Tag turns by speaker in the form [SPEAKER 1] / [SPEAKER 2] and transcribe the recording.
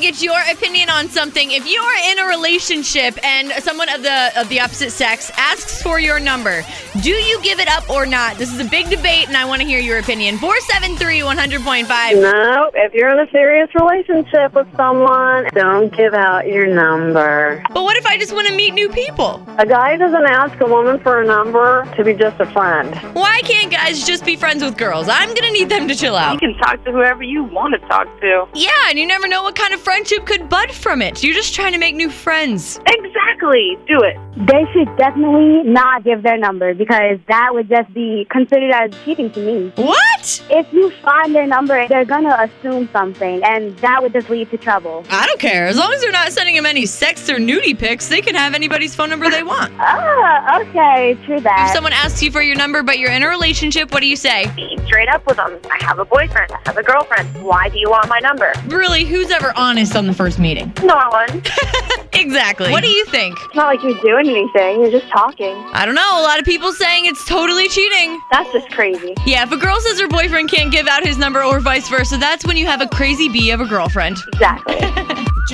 [SPEAKER 1] get your opinion on something. If you are in a relationship and someone of the of the opposite sex asks for your number, do you give it up or not? This is a big debate, and I want to hear your opinion. 473 100.5.
[SPEAKER 2] No, if you're in a serious relationship with someone, don't give out your number.
[SPEAKER 1] But what if I just want to meet new people?
[SPEAKER 2] A guy doesn't ask a woman for a number to be just a friend.
[SPEAKER 1] Why can't guys just be friends with girls? I'm going to need them to chill out.
[SPEAKER 3] You can talk to whoever you want to talk to.
[SPEAKER 1] Yeah, and you never know what kind of friendship could bud from it. You're just trying to make new friends.
[SPEAKER 3] Exactly. Do it.
[SPEAKER 4] They should definitely not give their number because that would just be considered as cheating to me.
[SPEAKER 1] What?
[SPEAKER 4] If you find their number, they're gonna assume something, and that would just lead to trouble.
[SPEAKER 1] I don't care. As long as they're not sending him any sex or nudie pics, they can have anybody's phone number they want.
[SPEAKER 2] Ah,
[SPEAKER 4] Oh, okay, true
[SPEAKER 1] If
[SPEAKER 4] that.
[SPEAKER 1] someone asks you for your number but you're in a relationship, what do you say?
[SPEAKER 3] Be straight up with them. I have a boyfriend. I have a girlfriend. Why do you want my number?
[SPEAKER 1] Really, who's ever honest on the first meeting?
[SPEAKER 3] No one.
[SPEAKER 1] Exactly. What do you think?
[SPEAKER 5] It's not like you're doing anything, you're just talking.
[SPEAKER 1] I don't know. A lot of people saying it's totally cheating.
[SPEAKER 5] That's just crazy.
[SPEAKER 1] Yeah, if a girl says her boyfriend can't give out his number or vice versa, that's when you have a crazy bee of a girlfriend.
[SPEAKER 5] Exactly.